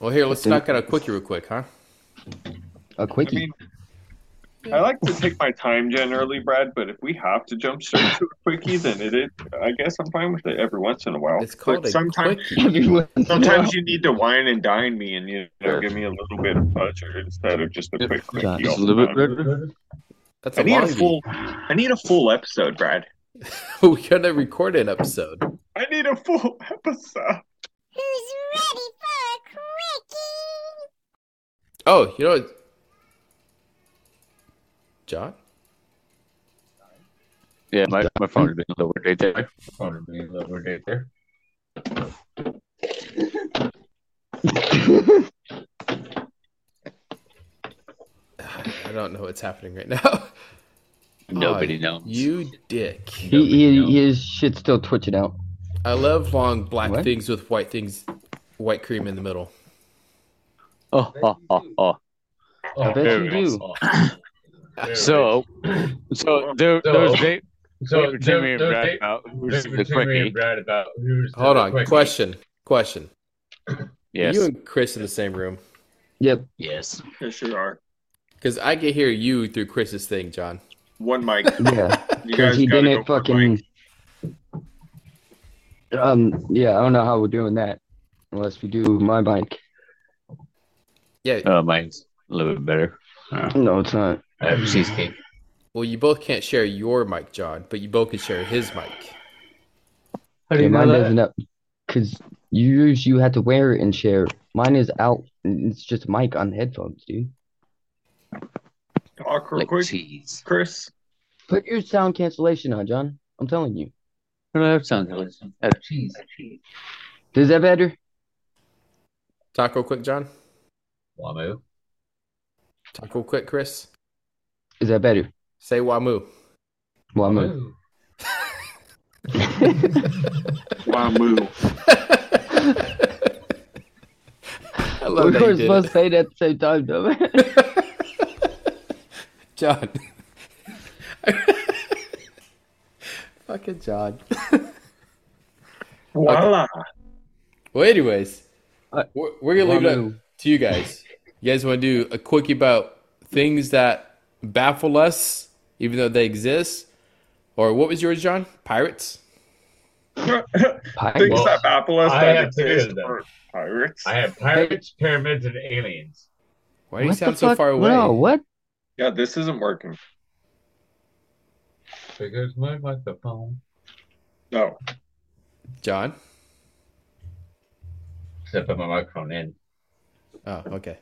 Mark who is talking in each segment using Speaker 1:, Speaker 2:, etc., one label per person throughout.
Speaker 1: Well, here, let's
Speaker 2: think-
Speaker 1: knock out a quickie real quick, huh?
Speaker 2: A
Speaker 3: I
Speaker 2: quickie.
Speaker 3: mean, I like to take my time generally, Brad, but if we have to jump straight to a quickie, then it is. I guess I'm fine with it every once in a while.
Speaker 1: It's called
Speaker 3: But
Speaker 1: a
Speaker 3: sometimes,
Speaker 1: quickie.
Speaker 3: sometimes you need to wine and dine me and you know, give me a little bit of pleasure instead of just a quick quickie.
Speaker 2: Josh.
Speaker 3: all
Speaker 4: Just a
Speaker 3: the
Speaker 4: little
Speaker 3: time.
Speaker 4: bit.
Speaker 1: That's
Speaker 3: I
Speaker 1: a
Speaker 3: need a
Speaker 1: long
Speaker 3: full. I need a full episode, Brad.
Speaker 1: We're gonna record an episode.
Speaker 3: I need a full episode.
Speaker 5: Who's ready for a quickie?
Speaker 1: Oh, you know, what- John.
Speaker 4: Yeah, my, my phone would be a little right there.
Speaker 6: phone would be a little right there.
Speaker 1: I don't know what's happening right now.
Speaker 4: Nobody knows.
Speaker 1: You dick.
Speaker 2: He, he, his shit's still twitching out.
Speaker 1: I love long black
Speaker 2: What?
Speaker 1: things with white things, white cream in the middle.
Speaker 4: Oh, oh, oh, oh.
Speaker 2: I bet
Speaker 4: There
Speaker 2: you
Speaker 4: it is.
Speaker 2: do.
Speaker 6: Oh,
Speaker 4: So, so there,
Speaker 6: So-
Speaker 4: there's they.
Speaker 6: so
Speaker 4: So
Speaker 6: there-
Speaker 4: Jimmy and
Speaker 6: there's
Speaker 4: Brad
Speaker 6: they-
Speaker 4: about who's
Speaker 6: there's
Speaker 4: the
Speaker 6: between me
Speaker 4: quickie.
Speaker 6: and Brad about who's the
Speaker 1: Hold on.
Speaker 6: quickie.
Speaker 1: Question. Question.
Speaker 4: Yes.
Speaker 1: Are you and Chris in the same room?
Speaker 2: Yep.
Speaker 4: yes.
Speaker 3: Yes, sure are.
Speaker 1: Because I can hear you through Chris's thing, John.
Speaker 3: One mic.
Speaker 2: Yeah.
Speaker 3: You
Speaker 2: Because
Speaker 3: guys
Speaker 2: he
Speaker 3: gotta
Speaker 2: didn't
Speaker 3: go for a mic.
Speaker 2: fucking. Um. Yeah. I don't know how we're doing that, unless we do my bike.
Speaker 1: Yeah.
Speaker 4: Oh, mine's a little bit better.
Speaker 2: No, it's not.
Speaker 6: I have cheesecake.
Speaker 1: Well, you both can't share your mic, John, but you both can share his mic.
Speaker 6: How
Speaker 2: Yeah, mine doesn't up. Cause yours you had to wear it and share. Mine is out. and It's just mic on headphones, dude.
Speaker 3: talk real
Speaker 4: Like
Speaker 3: quick,
Speaker 4: cheese.
Speaker 3: Chris.
Speaker 2: Put your sound cancellation on, John. I'm telling you.
Speaker 4: I don't have sound colors. I have cheese.
Speaker 2: Is that better?
Speaker 1: Talk real quick, John.
Speaker 6: Wamu.
Speaker 1: Talk real quick, Chris.
Speaker 2: Is that better?
Speaker 1: Say Wamu.
Speaker 2: Well, I'm
Speaker 4: Hmm.
Speaker 2: a-
Speaker 6: Wamu.
Speaker 3: Wamu.
Speaker 1: I love
Speaker 2: we
Speaker 1: that
Speaker 2: were
Speaker 1: you did
Speaker 2: supposed
Speaker 1: it.
Speaker 2: to say that at the same time, though.
Speaker 1: John. Fucking John.
Speaker 3: Voila.
Speaker 1: Well, anyways,
Speaker 2: Uh,
Speaker 1: we're, we're gonna leave it up
Speaker 2: Wamu.
Speaker 1: to you guys. You guys want to do a quickie about things that baffle us, even though they exist, or what was yours, John? Pirates.
Speaker 2: Pirates.
Speaker 3: Things that baffle us
Speaker 6: I
Speaker 3: that
Speaker 6: have to
Speaker 3: exist
Speaker 6: do that.
Speaker 3: are pirates.
Speaker 6: I have pirates, pyramids, and aliens.
Speaker 1: Why do you
Speaker 2: What the
Speaker 1: sound so
Speaker 2: fuck?
Speaker 1: far away?
Speaker 2: No, what?
Speaker 3: Yeah, this isn't working.
Speaker 6: Because my microphone
Speaker 3: No.
Speaker 1: John.
Speaker 6: Except put my microphone in.
Speaker 1: Oh, okay.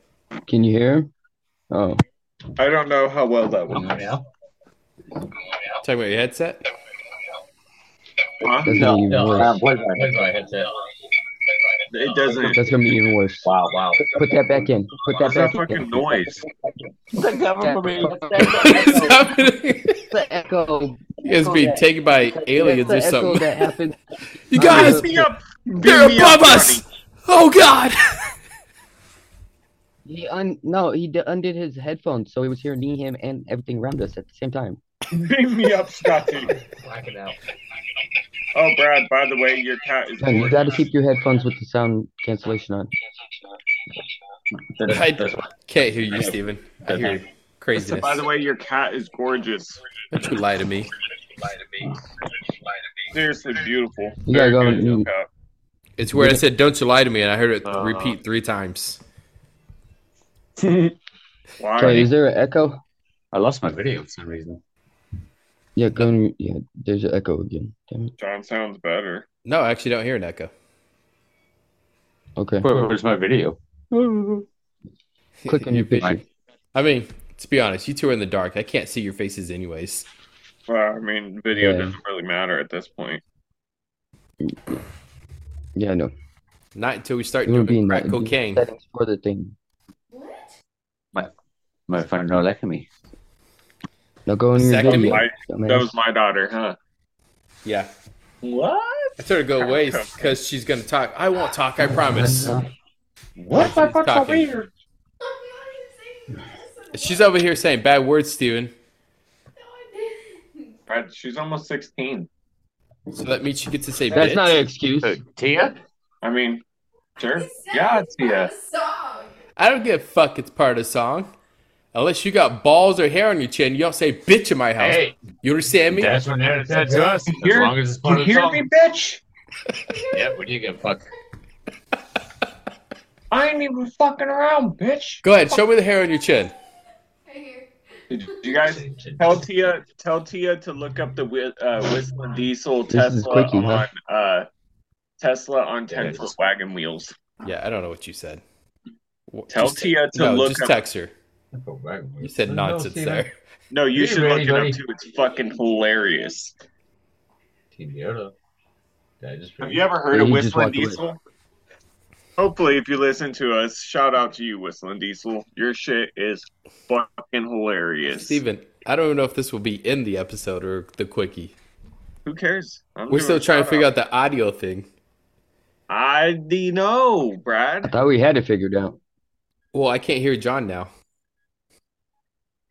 Speaker 2: Can you hear him? Oh,
Speaker 3: I don't know how well that was.
Speaker 6: now?
Speaker 1: Talking about your headset.
Speaker 3: Huh?
Speaker 2: that's
Speaker 6: No,
Speaker 2: gonna be even
Speaker 6: no,
Speaker 2: worse.
Speaker 6: um, where's my- where's my headset?
Speaker 3: It doesn't.
Speaker 2: That's gonna be even worse.
Speaker 6: Wow, wow.
Speaker 2: Put that back in. Put that
Speaker 3: What's that
Speaker 2: back in.
Speaker 3: fucking noise?
Speaker 1: What is happening?
Speaker 2: the echo.
Speaker 1: You guys being taken by aliens or
Speaker 2: That's the echo
Speaker 1: something.
Speaker 2: that happened.
Speaker 1: You
Speaker 2: guys,
Speaker 1: guys,
Speaker 3: Beat me up.
Speaker 1: they're
Speaker 3: Beat me up,
Speaker 1: above us.
Speaker 3: Johnny.
Speaker 1: Oh God.
Speaker 2: He un no, he d- undid his headphones, so he was hearing me, him, and everything around us at the same time.
Speaker 3: Beat me up, Scotty.
Speaker 6: Blacking out.
Speaker 3: Oh, Brad. By the way, your cat is.
Speaker 2: John, you got to keep your headphones with the sound cancellation on.
Speaker 1: I can't hear you, Steven. I hear
Speaker 3: So,
Speaker 1: craziness.
Speaker 3: by the way, your cat is gorgeous.
Speaker 1: Don't you lie to me.
Speaker 3: Seriously beautiful.
Speaker 2: You gotta
Speaker 3: Very
Speaker 2: go
Speaker 3: good,
Speaker 2: and
Speaker 3: your
Speaker 2: eat.
Speaker 3: cat.
Speaker 1: It's where I said, "Don't you lie to me," and I heard
Speaker 3: Uh,
Speaker 1: it repeat three times.
Speaker 3: Why?
Speaker 2: Sorry, is there an echo?
Speaker 4: I lost my video for some reason.
Speaker 2: Yeah, go and yeah. There's an echo again. Damn it.
Speaker 3: John sounds better.
Speaker 1: No, I actually don't hear an echo.
Speaker 2: Okay,
Speaker 4: Where, where's my video?
Speaker 2: click on your picture.
Speaker 1: I mean, to be honest, you two are in the dark. I can't see your faces, anyways.
Speaker 3: Well, I mean, video
Speaker 2: Yeah.
Speaker 3: doesn't really matter at this point.
Speaker 2: Yeah, I know.
Speaker 1: Not until we start
Speaker 2: It would be
Speaker 1: doing
Speaker 2: in
Speaker 1: crack
Speaker 2: the-
Speaker 1: cocaine.
Speaker 2: settings for the thing.
Speaker 4: My phone not liking me.
Speaker 2: Now go in your
Speaker 1: Second
Speaker 2: video.
Speaker 3: I-
Speaker 2: dumbass.
Speaker 3: That was my daughter, huh?
Speaker 1: Yeah,
Speaker 3: What?
Speaker 1: I told her to go away because she's gonna talk. I won't talk. I promise.
Speaker 6: What?
Speaker 1: My phone's over
Speaker 6: here.
Speaker 1: She's over here saying bad words, Steven.
Speaker 3: Brad, she's almost 16.
Speaker 1: So that means she gets to say.
Speaker 2: That's
Speaker 1: bitch.
Speaker 6: Uh,
Speaker 2: not an excuse.
Speaker 4: Tia?
Speaker 3: I mean, sure. Yeah, it's yeah.
Speaker 7: Sorry.
Speaker 1: I don't give a fuck it's part of the song. Unless you got balls or hair on your chin, you don't say bitch in my house.
Speaker 6: Hey,
Speaker 1: You understand me?
Speaker 6: that's what it said to us. As
Speaker 3: Here-
Speaker 6: long as it's part
Speaker 3: You
Speaker 6: of the
Speaker 3: hear
Speaker 6: song.
Speaker 3: me, bitch?
Speaker 6: Yeah, what do you give a fuck?
Speaker 3: I ain't even fucking around, bitch.
Speaker 1: Go ahead, show me the hair on your chin.
Speaker 3: Did you guys tell Tia tell Tia to look up the Whi- uh, Whistling Diesel
Speaker 2: This is
Speaker 3: Tesla
Speaker 2: quickie, huh?
Speaker 3: on uh, Tesla on
Speaker 6: Yeah, it
Speaker 3: ten
Speaker 6: is.
Speaker 3: foot wagon wheels?
Speaker 1: Yeah, I don't know what you said. Wha-
Speaker 3: Tell
Speaker 1: just-
Speaker 3: Tia to
Speaker 1: no,
Speaker 3: look
Speaker 1: just
Speaker 3: up-
Speaker 1: text her. You said
Speaker 4: No,
Speaker 1: nonsense
Speaker 4: Tia.
Speaker 1: there.
Speaker 3: No, you
Speaker 4: Hey,
Speaker 3: should look it up
Speaker 4: everybody.
Speaker 3: too. It's fucking hilarious.
Speaker 6: Team Yoda. Did I just
Speaker 3: Have you ever heard
Speaker 2: Yeah,
Speaker 3: of
Speaker 2: he just
Speaker 3: Whistling
Speaker 2: walked away.
Speaker 3: Diesel? Hopefully, if you listen to us, shout out to you, Whistling Diesel. Your shit is fucking hilarious.
Speaker 1: Steven, I don't even know if this will be in the episode or the quickie.
Speaker 3: Who cares? I'm
Speaker 1: We're
Speaker 3: doing
Speaker 1: still
Speaker 3: a
Speaker 1: trying to
Speaker 3: shout
Speaker 1: figure out the audio thing.
Speaker 3: I d- know,
Speaker 2: I
Speaker 3: Brad.
Speaker 2: thought we had it figured out.
Speaker 1: Well, I can't hear John now.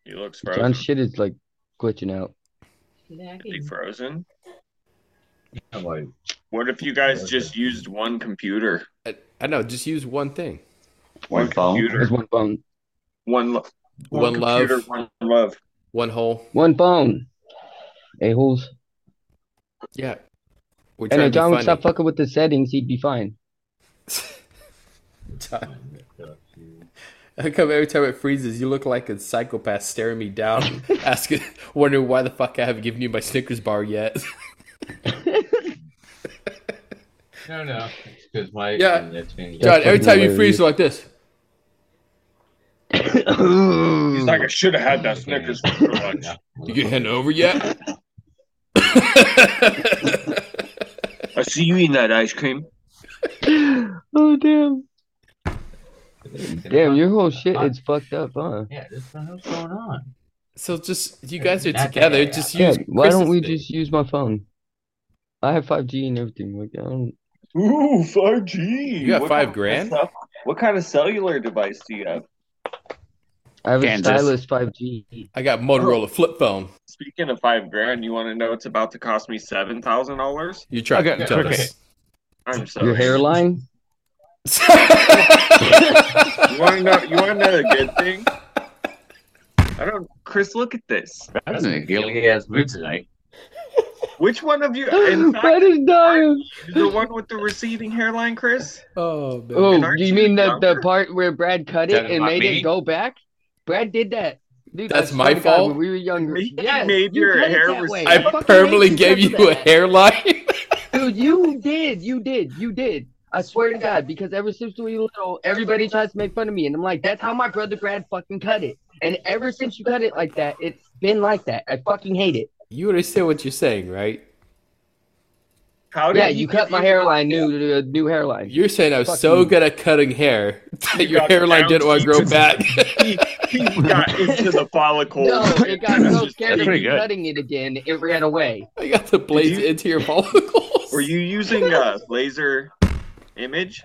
Speaker 3: He looks
Speaker 2: John's
Speaker 3: frozen.
Speaker 2: shit is like glitching out.
Speaker 3: Is he frozen.
Speaker 6: I'm like,
Speaker 3: What if you guys just used one computer?
Speaker 1: I, I know, just use one thing.
Speaker 4: One phone.
Speaker 3: computer,
Speaker 2: There's one phone.
Speaker 3: one, lo-
Speaker 1: One love.
Speaker 3: computer, one love.
Speaker 1: One hole.
Speaker 2: One phone. A holes.
Speaker 1: Yeah. We're
Speaker 2: And
Speaker 1: trying
Speaker 2: if John would
Speaker 1: to
Speaker 2: stop
Speaker 1: be
Speaker 2: fucking with the settings, he'd be fine.
Speaker 1: funny. How come every time it freezes, you look like a psychopath staring me down, asking, wondering why the fuck I haven't given you my Snickers bar yet?
Speaker 6: no, no. It's because my.
Speaker 1: Yeah.
Speaker 6: and it's been-
Speaker 2: Yeah.
Speaker 1: John, every
Speaker 2: fucking
Speaker 1: time you freeze,
Speaker 2: hilarious.
Speaker 1: you're like this.
Speaker 3: He's like, I should have had that Snickers for lunch.
Speaker 6: Yeah.
Speaker 1: You get hand over yet?
Speaker 3: I see you eating that ice cream.
Speaker 2: oh damn. Damn, your whole shit is fucked up, huh?
Speaker 6: Yeah, this one, what's going on?
Speaker 1: so just you guys are
Speaker 6: Not that
Speaker 1: together.
Speaker 6: area.
Speaker 1: Just
Speaker 2: Yeah,
Speaker 1: use.
Speaker 2: why don't
Speaker 1: Chris's
Speaker 2: we
Speaker 1: thing.
Speaker 2: just use my phone? I have 5G and everything. Like, I don't,
Speaker 3: Ooh, 5G.
Speaker 1: You got
Speaker 3: What
Speaker 1: five
Speaker 3: kind of
Speaker 1: grand?
Speaker 3: stuff- What kind of cellular device do you have?
Speaker 2: I have
Speaker 4: Kansas.
Speaker 2: a stylus 5G.
Speaker 1: I got
Speaker 2: Oh.
Speaker 1: Motorola flip phone.
Speaker 3: Speaking of five grand, you want to know it's about to cost me seven thousand dollars?
Speaker 1: You try.
Speaker 4: Okay,
Speaker 1: you tell
Speaker 4: okay.
Speaker 1: us.
Speaker 3: I'm sorry.
Speaker 2: Your hairline?
Speaker 3: You want to know? You want to know a good thing? I don't, Chris. Look at this.
Speaker 4: That was in a guilty ass mood tonight.
Speaker 3: Which one of you? In fact,
Speaker 2: That is dying.
Speaker 3: the one with the receding hairline, Chris.
Speaker 1: oh man.
Speaker 2: Oh,
Speaker 3: aren't
Speaker 2: you
Speaker 3: you
Speaker 2: mean the, the
Speaker 3: younger?
Speaker 2: part where Brad cut it
Speaker 6: That is
Speaker 2: and
Speaker 6: not
Speaker 2: made
Speaker 6: me.
Speaker 2: it go back? Brad did that. Dude, I
Speaker 1: That's my
Speaker 2: swear to God,
Speaker 1: fault?
Speaker 2: when we were younger.
Speaker 3: He
Speaker 2: Yes,
Speaker 3: made
Speaker 2: you
Speaker 3: your
Speaker 2: cut it
Speaker 3: hair
Speaker 2: that way.
Speaker 1: I
Speaker 2: fucking made
Speaker 1: permanently gave
Speaker 2: cut
Speaker 1: you a
Speaker 2: that.
Speaker 1: hairline.
Speaker 2: Dude, you did. You did. You did. I swear to God, because ever since we were little, everybody tries to make fun of me. And I'm like, that's how my brother Brad fucking cut it. And ever since you cut it like that, it's been like that. I fucking hate it.
Speaker 1: you understand what you're saying, right?
Speaker 3: How did
Speaker 2: Yeah,
Speaker 3: he
Speaker 2: you
Speaker 3: give
Speaker 2: cut my hairline, new, uh, new hairline.
Speaker 1: You're saying I was
Speaker 2: Fuck
Speaker 1: so
Speaker 2: you.
Speaker 1: good at cutting hair that
Speaker 3: You
Speaker 1: your
Speaker 3: got
Speaker 1: hairline
Speaker 3: down
Speaker 1: didn't want to grow
Speaker 3: to-
Speaker 1: back.
Speaker 3: He, he got into the follicle.
Speaker 2: No, it got so scared
Speaker 4: That's
Speaker 2: of
Speaker 4: pretty
Speaker 2: you
Speaker 4: good.
Speaker 2: cutting it again, it ran away.
Speaker 1: I got the blades
Speaker 3: you-
Speaker 1: into your follicles.
Speaker 3: Were you using a laser image?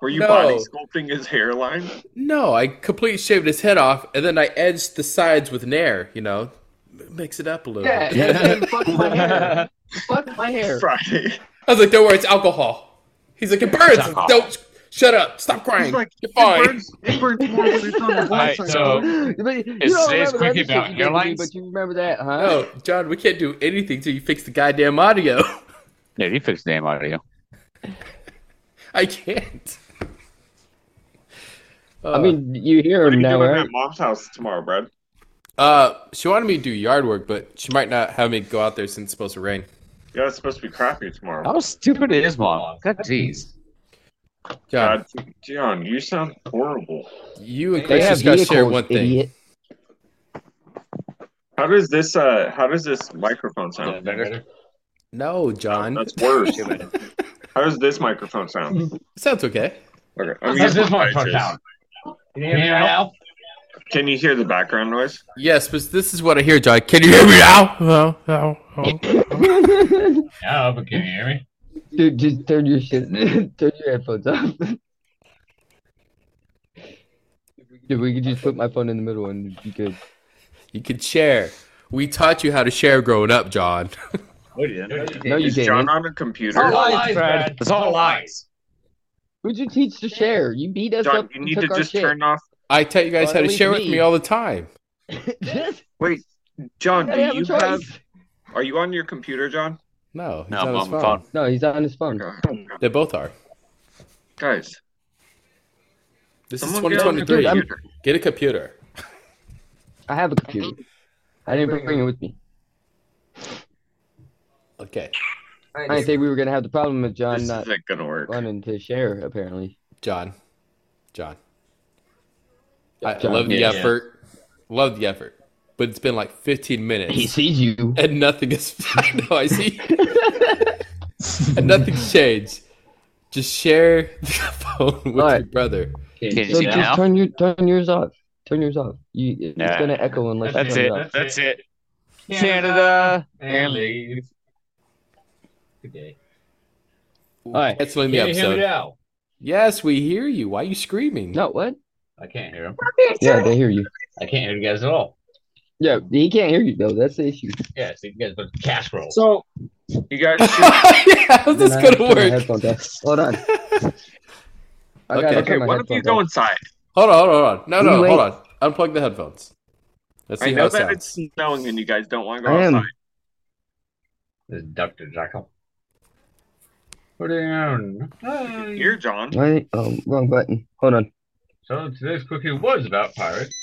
Speaker 3: Were you
Speaker 1: No.
Speaker 3: body sculpting his hairline?
Speaker 1: No, I completely shaved his head off, and then I edged the sides with Nair. You know, M- mix it up a little.
Speaker 2: Yeah,
Speaker 1: bit.
Speaker 2: and then fuck my hair. Fuck my hair.
Speaker 3: Friday.
Speaker 1: I was like, "Don't worry, it's alcohol." He's like, "It burns."
Speaker 4: alcohol.
Speaker 1: Don't shut up. Stop crying.
Speaker 3: He's like,
Speaker 1: You're
Speaker 3: It
Speaker 1: fine.
Speaker 3: burns, it burns more when it's on the
Speaker 4: Alright,
Speaker 3: black side.
Speaker 4: so-
Speaker 2: But you
Speaker 4: Is
Speaker 2: don't
Speaker 4: today's
Speaker 2: remember the
Speaker 4: quickie
Speaker 2: other shit
Speaker 4: about
Speaker 2: you did to me,
Speaker 4: hairlines?
Speaker 2: But you remember that, huh?
Speaker 1: No, Oh, John, we can't do anything till you fix the goddamn audio.
Speaker 4: Yeah, you fixed damn audio.
Speaker 1: I can't.
Speaker 2: I mean, you hear
Speaker 3: What are
Speaker 2: him
Speaker 3: you
Speaker 2: now,
Speaker 3: doing
Speaker 2: right?
Speaker 3: at mom's house tomorrow, Brad?
Speaker 1: uh, she wanted me to do yard work, but she might not have me go out there since it's supposed to rain.
Speaker 3: Yeah, it's supposed to be crappy tomorrow.
Speaker 4: How stupid it is, mom. God, jeez.
Speaker 1: John,
Speaker 3: God, John, you sound horrible.
Speaker 1: you and
Speaker 2: They
Speaker 1: Chris
Speaker 2: have
Speaker 1: just got to share
Speaker 2: vehicles,
Speaker 1: one thing.
Speaker 2: idiot.
Speaker 3: How does this? Uh, how does this microphone
Speaker 6: Is that
Speaker 3: sound?
Speaker 6: better?
Speaker 1: No, John.
Speaker 3: That's worse. how does this microphone sound?
Speaker 1: Sounds okay.
Speaker 3: Okay, I'm
Speaker 6: How's
Speaker 3: using
Speaker 6: this
Speaker 3: my
Speaker 6: one
Speaker 3: eyes.
Speaker 6: turned down? Can you hear me now?
Speaker 3: Can you hear the background noise?
Speaker 1: Yes, but this is what I hear, John. Can you hear me now? Oh, oh, oh.
Speaker 6: No, but can you hear me?
Speaker 2: Dude, just turn your shit, turn your headphones off. Dude, we could just put my phone in the middle and it'd be good.
Speaker 1: You can share. We taught you how to share growing up, John.
Speaker 6: No, you
Speaker 2: No, you
Speaker 3: Is John
Speaker 2: didn't. Oh,
Speaker 3: on a computer?
Speaker 6: It's all lies, Brad.
Speaker 4: It's all lies.
Speaker 2: Who'd you teach to share? You beat us
Speaker 3: John,
Speaker 2: up.
Speaker 3: you
Speaker 2: and
Speaker 3: need
Speaker 2: took
Speaker 3: to
Speaker 2: our
Speaker 3: just
Speaker 2: shit.
Speaker 3: turn off.
Speaker 1: I tell you guys
Speaker 2: Well,
Speaker 1: how
Speaker 2: at
Speaker 1: to
Speaker 2: least
Speaker 1: share with
Speaker 2: me.
Speaker 1: me all the time.
Speaker 2: just,
Speaker 3: Wait, John,
Speaker 2: I
Speaker 3: do
Speaker 2: have a
Speaker 3: you have?
Speaker 2: choice.
Speaker 3: Are you on your computer, John?
Speaker 1: No, he's
Speaker 4: No,
Speaker 1: on
Speaker 4: I'm
Speaker 1: his
Speaker 4: on the
Speaker 1: phone.
Speaker 4: phone.
Speaker 2: No, he's on his phone.
Speaker 3: Okay.
Speaker 1: They both are.
Speaker 3: Guys,
Speaker 1: This
Speaker 3: someone
Speaker 1: is
Speaker 3: get on the
Speaker 1: 2023. Get,
Speaker 3: computer.
Speaker 1: a computer.
Speaker 2: I have a computer. I didn't bring it with me.
Speaker 1: Okay,
Speaker 2: I didn't think we were gonna have the problem of John
Speaker 3: This
Speaker 2: not
Speaker 3: isn't gonna work.
Speaker 2: wanting to share. Apparently,
Speaker 1: John. John. I
Speaker 2: John.
Speaker 1: love the
Speaker 6: Yeah.
Speaker 1: effort. Love the effort. But it's been like 15 minutes.
Speaker 2: he sees you.
Speaker 1: and nothing is. I know. I see. and nothing's changed. Just share the phone with
Speaker 2: All right.
Speaker 1: your brother.
Speaker 4: Can you
Speaker 2: So
Speaker 4: see
Speaker 2: just
Speaker 4: now?
Speaker 2: turn your turn yours off. Turn yours off. You, it's
Speaker 4: Nah.
Speaker 2: gonna echo unless
Speaker 6: That's
Speaker 4: That's
Speaker 2: you
Speaker 4: it.
Speaker 2: turn it, off.
Speaker 4: That's it. Canada.
Speaker 6: And leave. Good day.
Speaker 1: All
Speaker 2: right.
Speaker 1: Canceling the
Speaker 6: Can you hear me
Speaker 1: episode.
Speaker 6: now?
Speaker 1: Yes, we hear you. Why are you screaming?
Speaker 2: No, what?
Speaker 6: I can't hear him.
Speaker 2: Yeah, they hear you.
Speaker 6: I can't hear you guys at all.
Speaker 2: Yeah, he can't hear you though. That's the issue.
Speaker 6: Yeah, so you guys put casserole.
Speaker 3: So, you guys,
Speaker 1: yeah, how's this
Speaker 2: Then I have
Speaker 1: gonna
Speaker 2: turn my
Speaker 1: work?
Speaker 2: headphones off. Hold on. I
Speaker 1: Okay.
Speaker 2: gotta
Speaker 1: Okay,
Speaker 3: okay,
Speaker 2: turn my
Speaker 3: why don't you
Speaker 2: headphones
Speaker 3: go
Speaker 2: off.
Speaker 3: inside?
Speaker 1: Hold on, hold on, hold on. No,
Speaker 2: You
Speaker 1: no,
Speaker 2: wait.
Speaker 1: hold on. Unplug the headphones. Let's see
Speaker 3: I
Speaker 1: how
Speaker 3: know
Speaker 1: it
Speaker 3: that
Speaker 1: sounds.
Speaker 3: it's snowing and you guys don't want to go
Speaker 2: I am.
Speaker 3: outside.
Speaker 6: This is Dr. Jekyll. Put it down. Hi.
Speaker 3: Here, John.
Speaker 2: Why? Oh, wrong button. Hold on.
Speaker 6: So today's cookie was about pirates.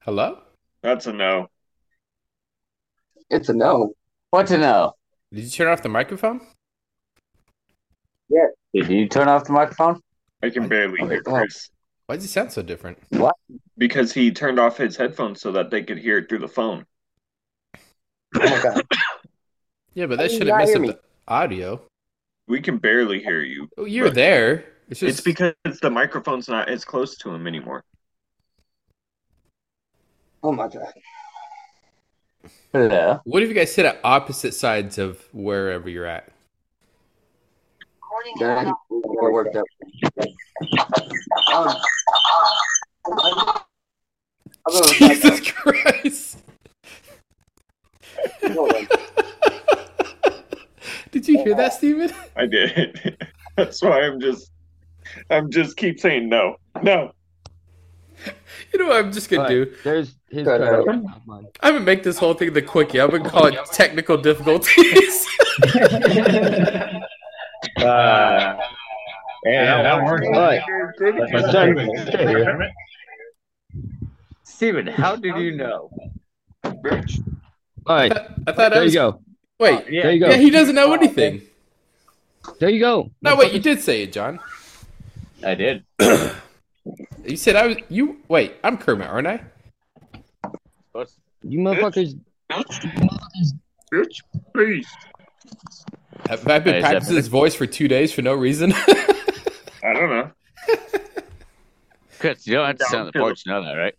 Speaker 1: Hello?
Speaker 3: That's a no.
Speaker 7: It's a no.
Speaker 4: What to know?
Speaker 1: Did you turn off the microphone?
Speaker 4: Did you turn off the microphone?
Speaker 3: I can barely hear Chris
Speaker 1: Why does it sound so different?
Speaker 3: because he turned off his headphones so that they could hear it through the phone.
Speaker 7: Oh my god.
Speaker 1: Yeah,
Speaker 7: Why
Speaker 1: but that
Speaker 7: do you
Speaker 1: shouldn't
Speaker 7: not
Speaker 1: mess
Speaker 7: hear
Speaker 1: up
Speaker 7: me?
Speaker 1: the audio.
Speaker 3: We can barely hear you.
Speaker 1: Oh, you're
Speaker 3: Right.
Speaker 1: there. It's just
Speaker 3: It's because the microphone's not as close to him anymore.
Speaker 7: Oh my god.
Speaker 4: Hello.
Speaker 1: what if you guys sit at opposite sides of wherever you're at?
Speaker 7: Dang, we're worked up. Um, I'm- I'm gonna back
Speaker 1: Jesus Christ.
Speaker 7: up. Hold on.
Speaker 1: Did you hear that, Steven?
Speaker 3: I did. That's why I'm just, I'm just keep saying no, no.
Speaker 1: You know what I'm just gonna
Speaker 2: All right,
Speaker 1: do?
Speaker 2: There's his
Speaker 7: Cut
Speaker 2: cutout.
Speaker 7: out.
Speaker 2: Not mine.
Speaker 1: I'm gonna make this whole thing the quickie. I'm gonna call it technical difficulties.
Speaker 6: Uh, yeah, that worked.
Speaker 2: Alright.
Speaker 6: That's
Speaker 2: Sorry.
Speaker 6: my
Speaker 2: Stay here.
Speaker 6: favorite.
Speaker 4: Steven, how did you know?
Speaker 2: All right.
Speaker 1: I thought I
Speaker 2: There you
Speaker 1: was.
Speaker 2: go.
Speaker 1: Wait.
Speaker 2: There you go.
Speaker 1: Yeah, he doesn't know anything.
Speaker 2: There you go.
Speaker 1: No, wait. You did say it, John.
Speaker 4: I did.
Speaker 1: You said I was. You wait. I'm Kermit, aren't I?
Speaker 4: What's
Speaker 2: You motherfuckers.
Speaker 3: Bitch, please.
Speaker 1: Have I
Speaker 4: Hey,
Speaker 1: been
Speaker 4: is that
Speaker 1: practicing this voice for two days for no reason?
Speaker 3: I don't know.
Speaker 4: Chris, you don't have to sit on the
Speaker 3: Downhill.
Speaker 4: porch, you know that, right?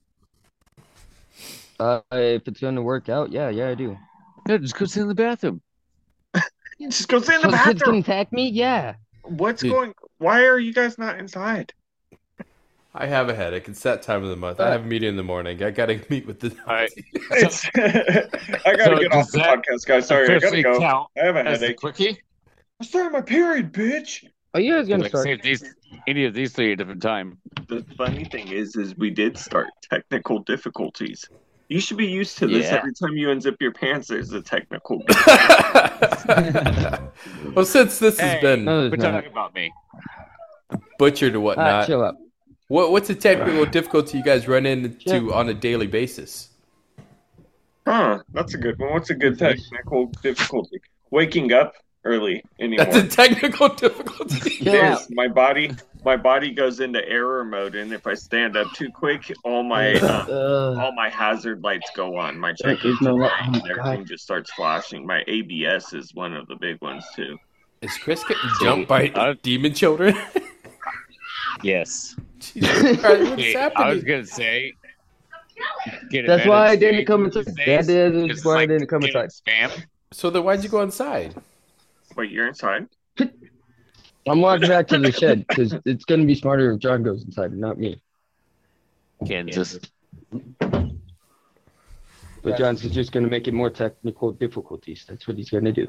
Speaker 2: Uh, if it's gonna work out, yeah, yeah, I do.
Speaker 4: No, just go sit in the bathroom.
Speaker 3: Just go sit in
Speaker 2: So
Speaker 3: the
Speaker 2: the kids can
Speaker 3: bathroom.
Speaker 2: attack me? Yeah.
Speaker 3: What's
Speaker 1: Dude.
Speaker 3: going? Why are you guys not inside?
Speaker 1: I have a headache. It's that time of the month. I have a meeting in the morning. I gotta meet with the.
Speaker 4: All right.
Speaker 3: It's, I gotta
Speaker 4: So
Speaker 3: get off
Speaker 4: does
Speaker 3: the
Speaker 4: that
Speaker 3: podcast, guys. Sorry, I gotta
Speaker 4: Officially
Speaker 3: go.
Speaker 4: count
Speaker 3: I have a
Speaker 4: as the
Speaker 3: headache.
Speaker 4: quickie.
Speaker 3: I'm starting my period, bitch.
Speaker 2: Are Oh, you guys gonna
Speaker 4: Like,
Speaker 2: start?
Speaker 4: see if these, any of these three at a different time.
Speaker 3: The funny thing is, is we did start technical difficulties. You should be used to this
Speaker 4: Yeah.
Speaker 3: every time you unzip your pants. There's a technical.
Speaker 1: well, since this
Speaker 4: Hey.
Speaker 1: has been
Speaker 2: No,
Speaker 4: We're
Speaker 2: there's not.
Speaker 4: talking about me.
Speaker 1: butchered and
Speaker 2: All right,
Speaker 1: whatnot,
Speaker 2: chill up.
Speaker 1: what what's the technical difficulty you guys run into
Speaker 2: Sure.
Speaker 1: on a daily basis?
Speaker 3: Huh? That's a good one. What's a good technical difficulty? Waking up early anymore.
Speaker 1: That's a technical difficulty.
Speaker 2: Chill
Speaker 3: Yes,
Speaker 2: out.
Speaker 3: my body, my body goes into error mode, and if I stand up too quick, all my uh,
Speaker 2: Uh,
Speaker 3: all my hazard lights go on. My
Speaker 2: there
Speaker 3: check
Speaker 2: is no. li- Oh my
Speaker 3: everything
Speaker 2: god.
Speaker 3: just starts flashing. My ABS is one of the big ones too.
Speaker 1: Is Chris getting jumped by
Speaker 4: Dude, I-
Speaker 1: demon children?
Speaker 4: Yes.
Speaker 1: Jesus Christ, what is
Speaker 4: Wait, I was
Speaker 1: happening?
Speaker 4: gonna say. get
Speaker 2: That's
Speaker 4: advantage
Speaker 2: why I
Speaker 4: to
Speaker 2: didn't come
Speaker 4: these
Speaker 2: inside.
Speaker 4: days,
Speaker 2: That is
Speaker 4: 'cause it's
Speaker 2: why I
Speaker 4: like
Speaker 2: didn't come
Speaker 4: getting
Speaker 2: inside.
Speaker 4: Spam.
Speaker 1: So then why'd you go inside?
Speaker 3: Wait, you're inside?
Speaker 2: I'm walking back to the shed because it's gonna be smarter if John goes inside, not me.
Speaker 4: Kansas.
Speaker 2: But John's just going to make it more technical difficulties. That's what he's going to do.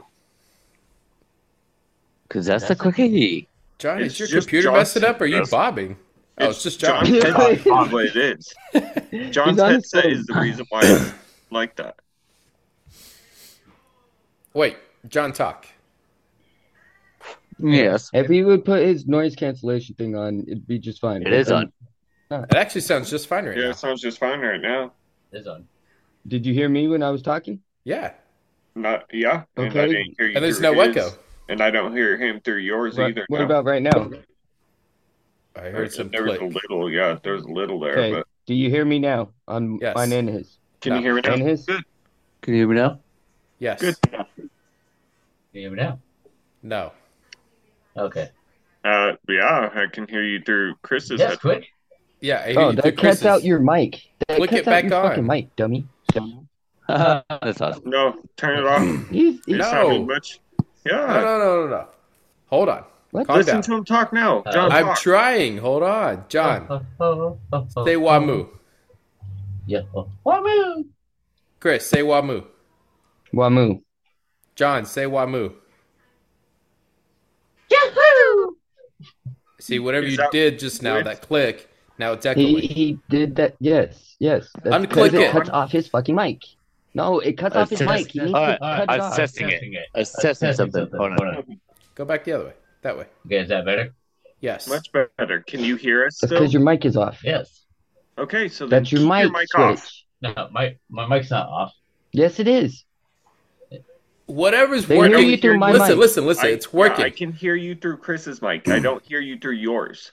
Speaker 4: Because that's, the quickie.
Speaker 1: John,
Speaker 3: It's
Speaker 1: is your
Speaker 3: just
Speaker 1: computer
Speaker 3: John
Speaker 1: messed up? Or are you
Speaker 3: Sylvester.
Speaker 1: bobbing? Oh, it's just John.
Speaker 3: John's headset. Probably it is. John's
Speaker 2: He's on his
Speaker 3: headset
Speaker 2: phone.
Speaker 3: is the reason why it's like that.
Speaker 1: Wait, John, talk.
Speaker 4: Yes.
Speaker 2: If he would put his noise cancellation thing on, it'd be just fine. Um,
Speaker 4: It is on.
Speaker 1: It actually sounds just fine right
Speaker 3: Yeah,
Speaker 1: now.
Speaker 3: it sounds just fine right now.
Speaker 6: It's on.
Speaker 2: Did you hear me when I was talking?
Speaker 1: Yeah,
Speaker 3: Not yeah. And I
Speaker 2: Okay.
Speaker 3: didn't hear you
Speaker 1: and there's
Speaker 3: through
Speaker 1: no
Speaker 3: his,
Speaker 1: echo.
Speaker 3: And I don't hear him through yours
Speaker 2: Right-
Speaker 3: either.
Speaker 2: what
Speaker 3: no.
Speaker 2: about right now?
Speaker 1: I
Speaker 3: there
Speaker 1: heard
Speaker 3: was
Speaker 1: some
Speaker 3: a
Speaker 1: click.
Speaker 3: little, yeah, there's a little there,
Speaker 2: Okay.
Speaker 3: but
Speaker 2: Do you hear me now? On
Speaker 1: Yes.
Speaker 2: mine and his.
Speaker 3: can
Speaker 1: No.
Speaker 3: you hear me
Speaker 2: And
Speaker 3: now?
Speaker 2: his?
Speaker 3: Good.
Speaker 4: Can you hear me now?
Speaker 1: Yes.
Speaker 3: Good.
Speaker 6: Can you hear me now?
Speaker 1: No.
Speaker 6: Okay.
Speaker 3: Uh, yeah, I can hear you through Chris's
Speaker 6: That's
Speaker 3: headset.
Speaker 6: quick.
Speaker 1: Yeah, I hear
Speaker 2: Oh,
Speaker 1: you through
Speaker 2: that cuts
Speaker 1: Chris's.
Speaker 2: out your mic. That
Speaker 1: Click
Speaker 2: cuts
Speaker 1: it
Speaker 2: out
Speaker 1: back
Speaker 2: your
Speaker 1: on.
Speaker 2: fucking mic, dummy.
Speaker 4: that's awesome.
Speaker 3: No, turn it off.
Speaker 2: He's,
Speaker 3: It's
Speaker 1: No.
Speaker 3: having much.
Speaker 1: No,
Speaker 3: Yeah,
Speaker 1: no, no, no, no. Hold on.
Speaker 2: What?
Speaker 1: Calm
Speaker 3: listen
Speaker 1: down. Uh,
Speaker 3: to him talk now. John,
Speaker 1: I'm
Speaker 3: talk.
Speaker 1: trying. Hold on, John. Say Wamu.
Speaker 6: Yeah. Wamu.
Speaker 1: Chris, say Wamu.
Speaker 2: Wamu.
Speaker 1: John, say Wamu.
Speaker 5: Yahoo!
Speaker 1: See, whatever
Speaker 3: Is
Speaker 1: you
Speaker 3: that
Speaker 1: did just now,
Speaker 3: weird?
Speaker 1: that click, now it's
Speaker 2: He,
Speaker 1: echoing.
Speaker 2: he did that. Yes, yes. That's
Speaker 1: Unclick
Speaker 2: because
Speaker 1: it.
Speaker 2: it cuts off his fucking mic. No, it cuts
Speaker 4: Uh,
Speaker 2: off his
Speaker 4: test-
Speaker 2: mic. He needs to
Speaker 4: alright,
Speaker 2: cut
Speaker 4: I
Speaker 2: it
Speaker 4: was
Speaker 2: off.
Speaker 4: testing it. I was testing something. Hold on.
Speaker 1: Go back the other way. That way.
Speaker 6: Okay, is that better?
Speaker 1: Yes.
Speaker 3: Much better. Can you hear us
Speaker 2: That's
Speaker 3: still?
Speaker 2: because your mic is off.
Speaker 6: Yes.
Speaker 3: Okay, so then
Speaker 2: That's your
Speaker 3: keep
Speaker 2: mic,
Speaker 3: your mic
Speaker 2: switch.
Speaker 3: off.
Speaker 6: No, my my mic's not off.
Speaker 2: Yes, it is.
Speaker 1: Whatever's
Speaker 2: They
Speaker 1: working.
Speaker 2: hear you through my
Speaker 1: listen,
Speaker 2: mic.
Speaker 1: listen, listen.
Speaker 3: I-
Speaker 1: It's working.
Speaker 3: yeah, I can hear you through Chris's mic. I don't hear you through yours.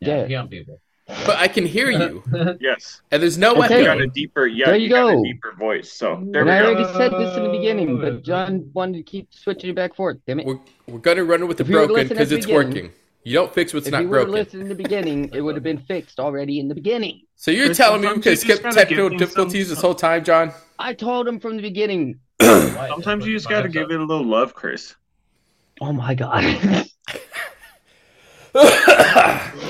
Speaker 2: Yeah.
Speaker 6: Pee on people.
Speaker 1: but I can hear you,
Speaker 3: Yes,
Speaker 1: and there's no
Speaker 2: Okay.
Speaker 3: you
Speaker 1: echo.
Speaker 3: got a deeper. Yeah,
Speaker 2: There
Speaker 3: you,
Speaker 2: you
Speaker 3: got a
Speaker 2: go.
Speaker 3: deeper voice. So there
Speaker 2: And I
Speaker 3: we go.
Speaker 2: already said this in the beginning, but John wanted to keep switching it back and forth. Damn it.
Speaker 1: We're, we're gonna run with the
Speaker 2: If you would've
Speaker 1: broken
Speaker 2: listened
Speaker 1: because
Speaker 2: at the
Speaker 1: it's
Speaker 2: beginning-
Speaker 1: working. You don't fix what's
Speaker 2: if
Speaker 1: not
Speaker 2: you would have
Speaker 1: broken.
Speaker 2: listened in the beginning, it would have been fixed already in the beginning.
Speaker 1: So you're
Speaker 3: Chris,
Speaker 1: telling me we
Speaker 3: sometimes
Speaker 1: could
Speaker 3: you just
Speaker 1: skip
Speaker 3: gotta
Speaker 1: technical
Speaker 3: give them some-
Speaker 1: difficulties this whole time, John?
Speaker 2: I told him from the beginning.
Speaker 3: Sometimes you just got to give it a little love, Chris.
Speaker 2: Oh my god.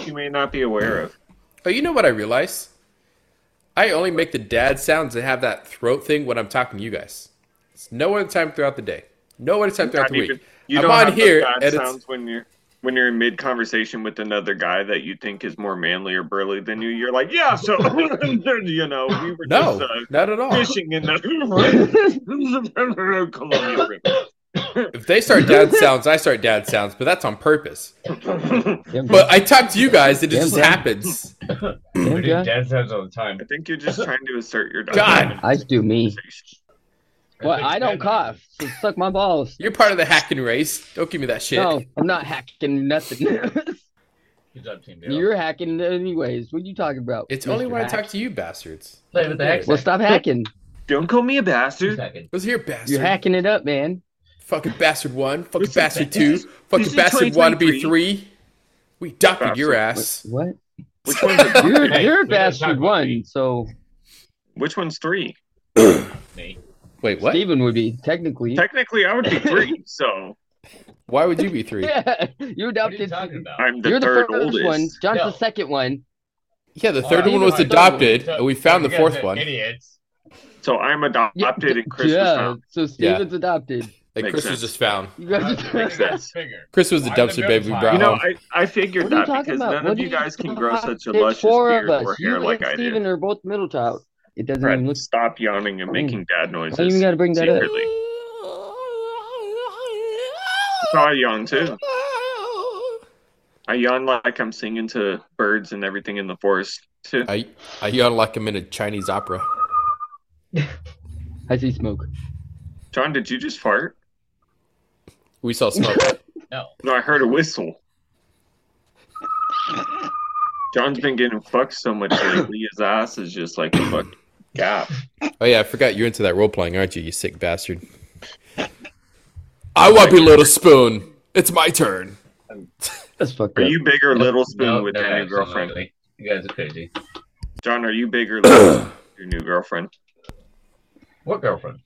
Speaker 3: You may not be aware of.
Speaker 1: Oh, you know what I realize? I only make the dad sounds and have that throat thing when I'm talking to you guys. It's no other time throughout the day. No other time throughout
Speaker 3: Not
Speaker 1: the week.
Speaker 3: even- you
Speaker 1: I'm
Speaker 3: don't
Speaker 1: on
Speaker 3: have
Speaker 1: here,
Speaker 3: those bad
Speaker 1: and it's-
Speaker 3: sounds when you're when you're in mid conversation with another guy that you think is more manly or burly than you. You're like, yeah, so you know, we were
Speaker 1: No,
Speaker 3: just uh,
Speaker 1: not at all.
Speaker 3: fishing in the Columbia
Speaker 1: If they start dad sounds, I start dad sounds, but that's on purpose.
Speaker 3: River.
Speaker 2: Damn,
Speaker 1: But I talk to you guys, and it
Speaker 2: Damn,
Speaker 1: just
Speaker 2: John.
Speaker 1: happens.
Speaker 2: damn, John.
Speaker 6: dad sounds all the time.
Speaker 3: I think you're just trying to assert your
Speaker 1: God.
Speaker 2: I do me.
Speaker 3: conversation.
Speaker 2: Well, I don't cough. So suck my balls.
Speaker 1: You're part of the hacking race. Don't give me that shit.
Speaker 2: No, I'm not hacking nothing.
Speaker 6: He's on team Daryl.
Speaker 2: You're hacking anyways. What are you talking about?
Speaker 1: It's only
Speaker 2: Mr.
Speaker 1: when I
Speaker 2: Hack?
Speaker 1: talk to you bastards.
Speaker 6: Play with the hex.
Speaker 2: Well, stop hacking.
Speaker 3: Don't call me a
Speaker 6: Two
Speaker 3: bastard.
Speaker 6: seconds.
Speaker 1: Let's hear bastard.
Speaker 2: You're hacking it up, man.
Speaker 1: Fucking bastard one. Fucking
Speaker 3: This is
Speaker 1: bastard
Speaker 3: ba-
Speaker 1: two.
Speaker 3: this is- this
Speaker 1: Fucking
Speaker 3: is
Speaker 1: bastard wannabe
Speaker 3: 2023.
Speaker 1: three. We doctored your
Speaker 2: What?
Speaker 1: ass.
Speaker 2: what?
Speaker 3: Which one's, a-
Speaker 2: You're,
Speaker 6: Hey,
Speaker 2: you're
Speaker 6: we gotta talk
Speaker 2: bastard
Speaker 6: about
Speaker 2: one,
Speaker 6: me.
Speaker 2: so
Speaker 3: which one's three?
Speaker 6: Me.
Speaker 1: Wait, what?
Speaker 2: Steven would be technically.
Speaker 3: Technically, I would be three, so
Speaker 1: Why would you be three?
Speaker 2: Yeah, you
Speaker 6: What are you
Speaker 2: adopted.
Speaker 6: talking about?
Speaker 3: I'm the
Speaker 2: you're the
Speaker 3: third
Speaker 2: first
Speaker 3: oldest.
Speaker 2: one. John's
Speaker 6: No.
Speaker 2: the second one.
Speaker 1: Yeah, the
Speaker 6: All
Speaker 1: third
Speaker 6: right.
Speaker 1: one was
Speaker 6: Either
Speaker 2: way,
Speaker 1: adopted, and we found the
Speaker 6: You guys
Speaker 1: fourth
Speaker 6: are
Speaker 1: one.
Speaker 6: Idiots.
Speaker 3: So I'm
Speaker 2: Yeah,
Speaker 3: adopted and Chris
Speaker 2: yeah,
Speaker 3: was found.
Speaker 2: so Steven's adopted.
Speaker 1: That
Speaker 3: Makes
Speaker 1: Chris was
Speaker 3: sense.
Speaker 1: just found.
Speaker 2: You guys,
Speaker 6: That's
Speaker 3: Makes sense.
Speaker 6: Figure.
Speaker 1: Chris was the
Speaker 6: Why the
Speaker 1: dumpster
Speaker 6: middle
Speaker 1: baby we
Speaker 6: child?
Speaker 1: brought
Speaker 3: You know,
Speaker 1: home.
Speaker 3: I, I figured
Speaker 2: What are you
Speaker 3: that
Speaker 2: talking
Speaker 3: because
Speaker 2: about?
Speaker 3: none
Speaker 2: What
Speaker 3: of
Speaker 2: are
Speaker 3: you
Speaker 2: you
Speaker 3: guys can grow such a
Speaker 2: there's
Speaker 3: luscious
Speaker 2: four
Speaker 3: beard
Speaker 2: of
Speaker 3: or
Speaker 2: us.
Speaker 3: hair
Speaker 2: You
Speaker 3: like
Speaker 2: and
Speaker 3: I
Speaker 2: Steven
Speaker 3: do.
Speaker 2: are both middle child. It doesn't
Speaker 3: Brett,
Speaker 2: even look.
Speaker 3: stop yawning and
Speaker 2: I mean,
Speaker 3: making bad
Speaker 2: I
Speaker 3: noises.
Speaker 2: Mm. even got to bring that up.
Speaker 3: Secretly. So I yawn too.
Speaker 2: Oh.
Speaker 3: I yawn like I'm singing to birds and everything in the forest too.
Speaker 1: I, I yawn like I'm in a Chinese opera.
Speaker 2: I see smoke.
Speaker 3: John, did you just fart?
Speaker 1: We saw smoke.
Speaker 6: No.
Speaker 3: No, I heard a whistle. John's been getting fucked so much lately, his ass is just like a fuck gap.
Speaker 1: oh yeah, I forgot you're into that role playing, aren't you? You sick bastard. I want to be little spoon. It's my turn.
Speaker 2: That's fucked
Speaker 3: Are
Speaker 2: up.
Speaker 3: you big or little spoon
Speaker 6: No,
Speaker 3: with
Speaker 6: no,
Speaker 3: your new
Speaker 6: absolutely.
Speaker 3: girlfriend?
Speaker 6: You guys are crazy.
Speaker 3: John, are you big or little spoon with your new girlfriend?
Speaker 6: What girlfriend?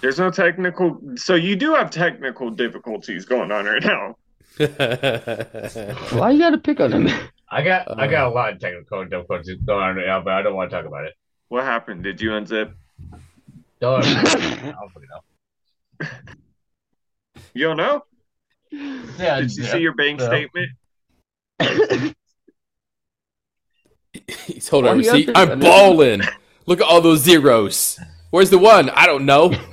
Speaker 3: There's no technical. So you do have technical difficulties going on right now.
Speaker 2: Why you got to pick on him?
Speaker 6: I got I
Speaker 1: Uh.
Speaker 6: got a lot of technical difficulties going on right now, but I don't want to talk about it.
Speaker 3: What happened? Did you unzip?
Speaker 6: Don't. I don't fucking know.
Speaker 3: You don't know?
Speaker 6: Yeah,
Speaker 3: Did you
Speaker 6: yeah.
Speaker 3: see your bank
Speaker 6: No.
Speaker 3: statement?
Speaker 1: He's holding a
Speaker 2: Why do you
Speaker 1: receipt.
Speaker 2: have to-
Speaker 1: I'm balling. Look at all those zeros. Where's the one? I don't know.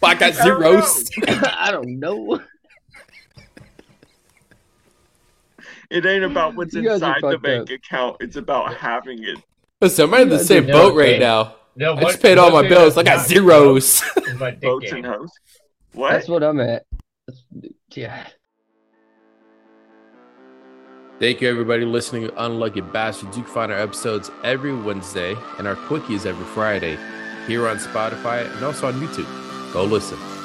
Speaker 1: But I got
Speaker 3: I don't know.
Speaker 1: zeros.
Speaker 2: I don't know.
Speaker 3: It ain't about what's
Speaker 2: You guys are
Speaker 3: inside the
Speaker 2: fucked
Speaker 3: bank account. It's about having it.
Speaker 1: Listen, I'm right in the
Speaker 2: Yeah,
Speaker 1: same
Speaker 6: dude,
Speaker 1: boat
Speaker 6: no,
Speaker 1: right
Speaker 6: hey.
Speaker 1: now.
Speaker 6: No,
Speaker 1: I just paid all my bills. I got zeros.
Speaker 6: My dick
Speaker 3: Boats
Speaker 6: game.
Speaker 3: and hoes.
Speaker 2: That's
Speaker 3: What?
Speaker 2: what I'm at. That's- Yeah.
Speaker 1: Thank you, everybody, listening to Unlucky Bastards. You can find our episodes every Wednesday and our quickies every Friday here on Spotify and also on YouTube. Go listen.